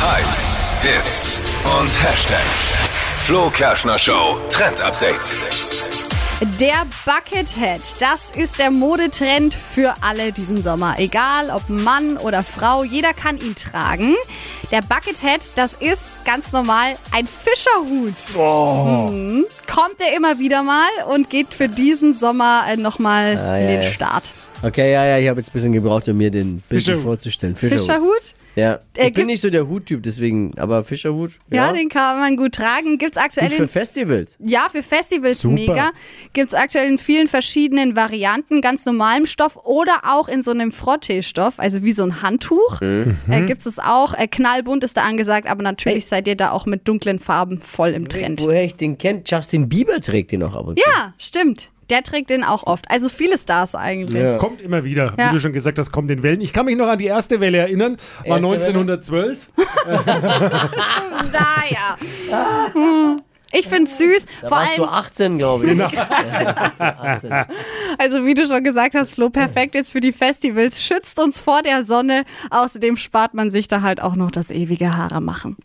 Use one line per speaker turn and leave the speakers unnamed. Hypes, Hits und Hashtags. Flo Kerschner Show Trend Update.
Der Buckethead, das ist der Modetrend für alle diesen Sommer. Egal ob Mann oder Frau, jeder kann ihn tragen. Der Buckethead, das ist ganz normal ein Fischerhut. Mhm. Kommt er immer wieder mal und geht für diesen Sommer nochmal
Ah,
in
ja,
den
ja.
Start.
Okay, ja, ja, ich habe jetzt ein bisschen gebraucht, um mir den Bildschirm
Fischerhut.
vorzustellen.
Fischerhut?
Ja.
Äh,
Ich bin
gibt-
nicht so der Huttyp, deswegen, aber Fischerhut.
Ja, den kann man gut tragen. Gibt's aktuell
Gut
in
für Festivals.
Ja, für Festivals
Super.
mega. Gibt's aktuell in vielen verschiedenen Varianten, ganz normalem Stoff oder auch in so einem Frottee-Stoff, also wie so ein Handtuch.
Mhm.
Äh, gibt's es auch. Äh, knallbunt ist da angesagt, aber natürlich seid ihr da auch mit dunklen Farben voll im Trend.
Woher ich den kenne, Justin Bieber trägt den noch ab und zu.
Ja, stimmt. Der trägt den auch oft. Also viele Stars eigentlich.
Ja.
Kommt immer wieder,
Ja.
wie du schon gesagt hast, kommt in Wellen. Ich kann mich noch an die erste Welle erinnern, war
Erste Welle?
1912.
Naja. Hm. Ich find's süß.
Da
vor
warst
allem,
du 18, glaube ich.
also wie du schon gesagt hast, Flo, perfekt jetzt für die Festivals. Schützt uns vor der Sonne. Außerdem spart man sich da halt auch noch das ewige Haare machen.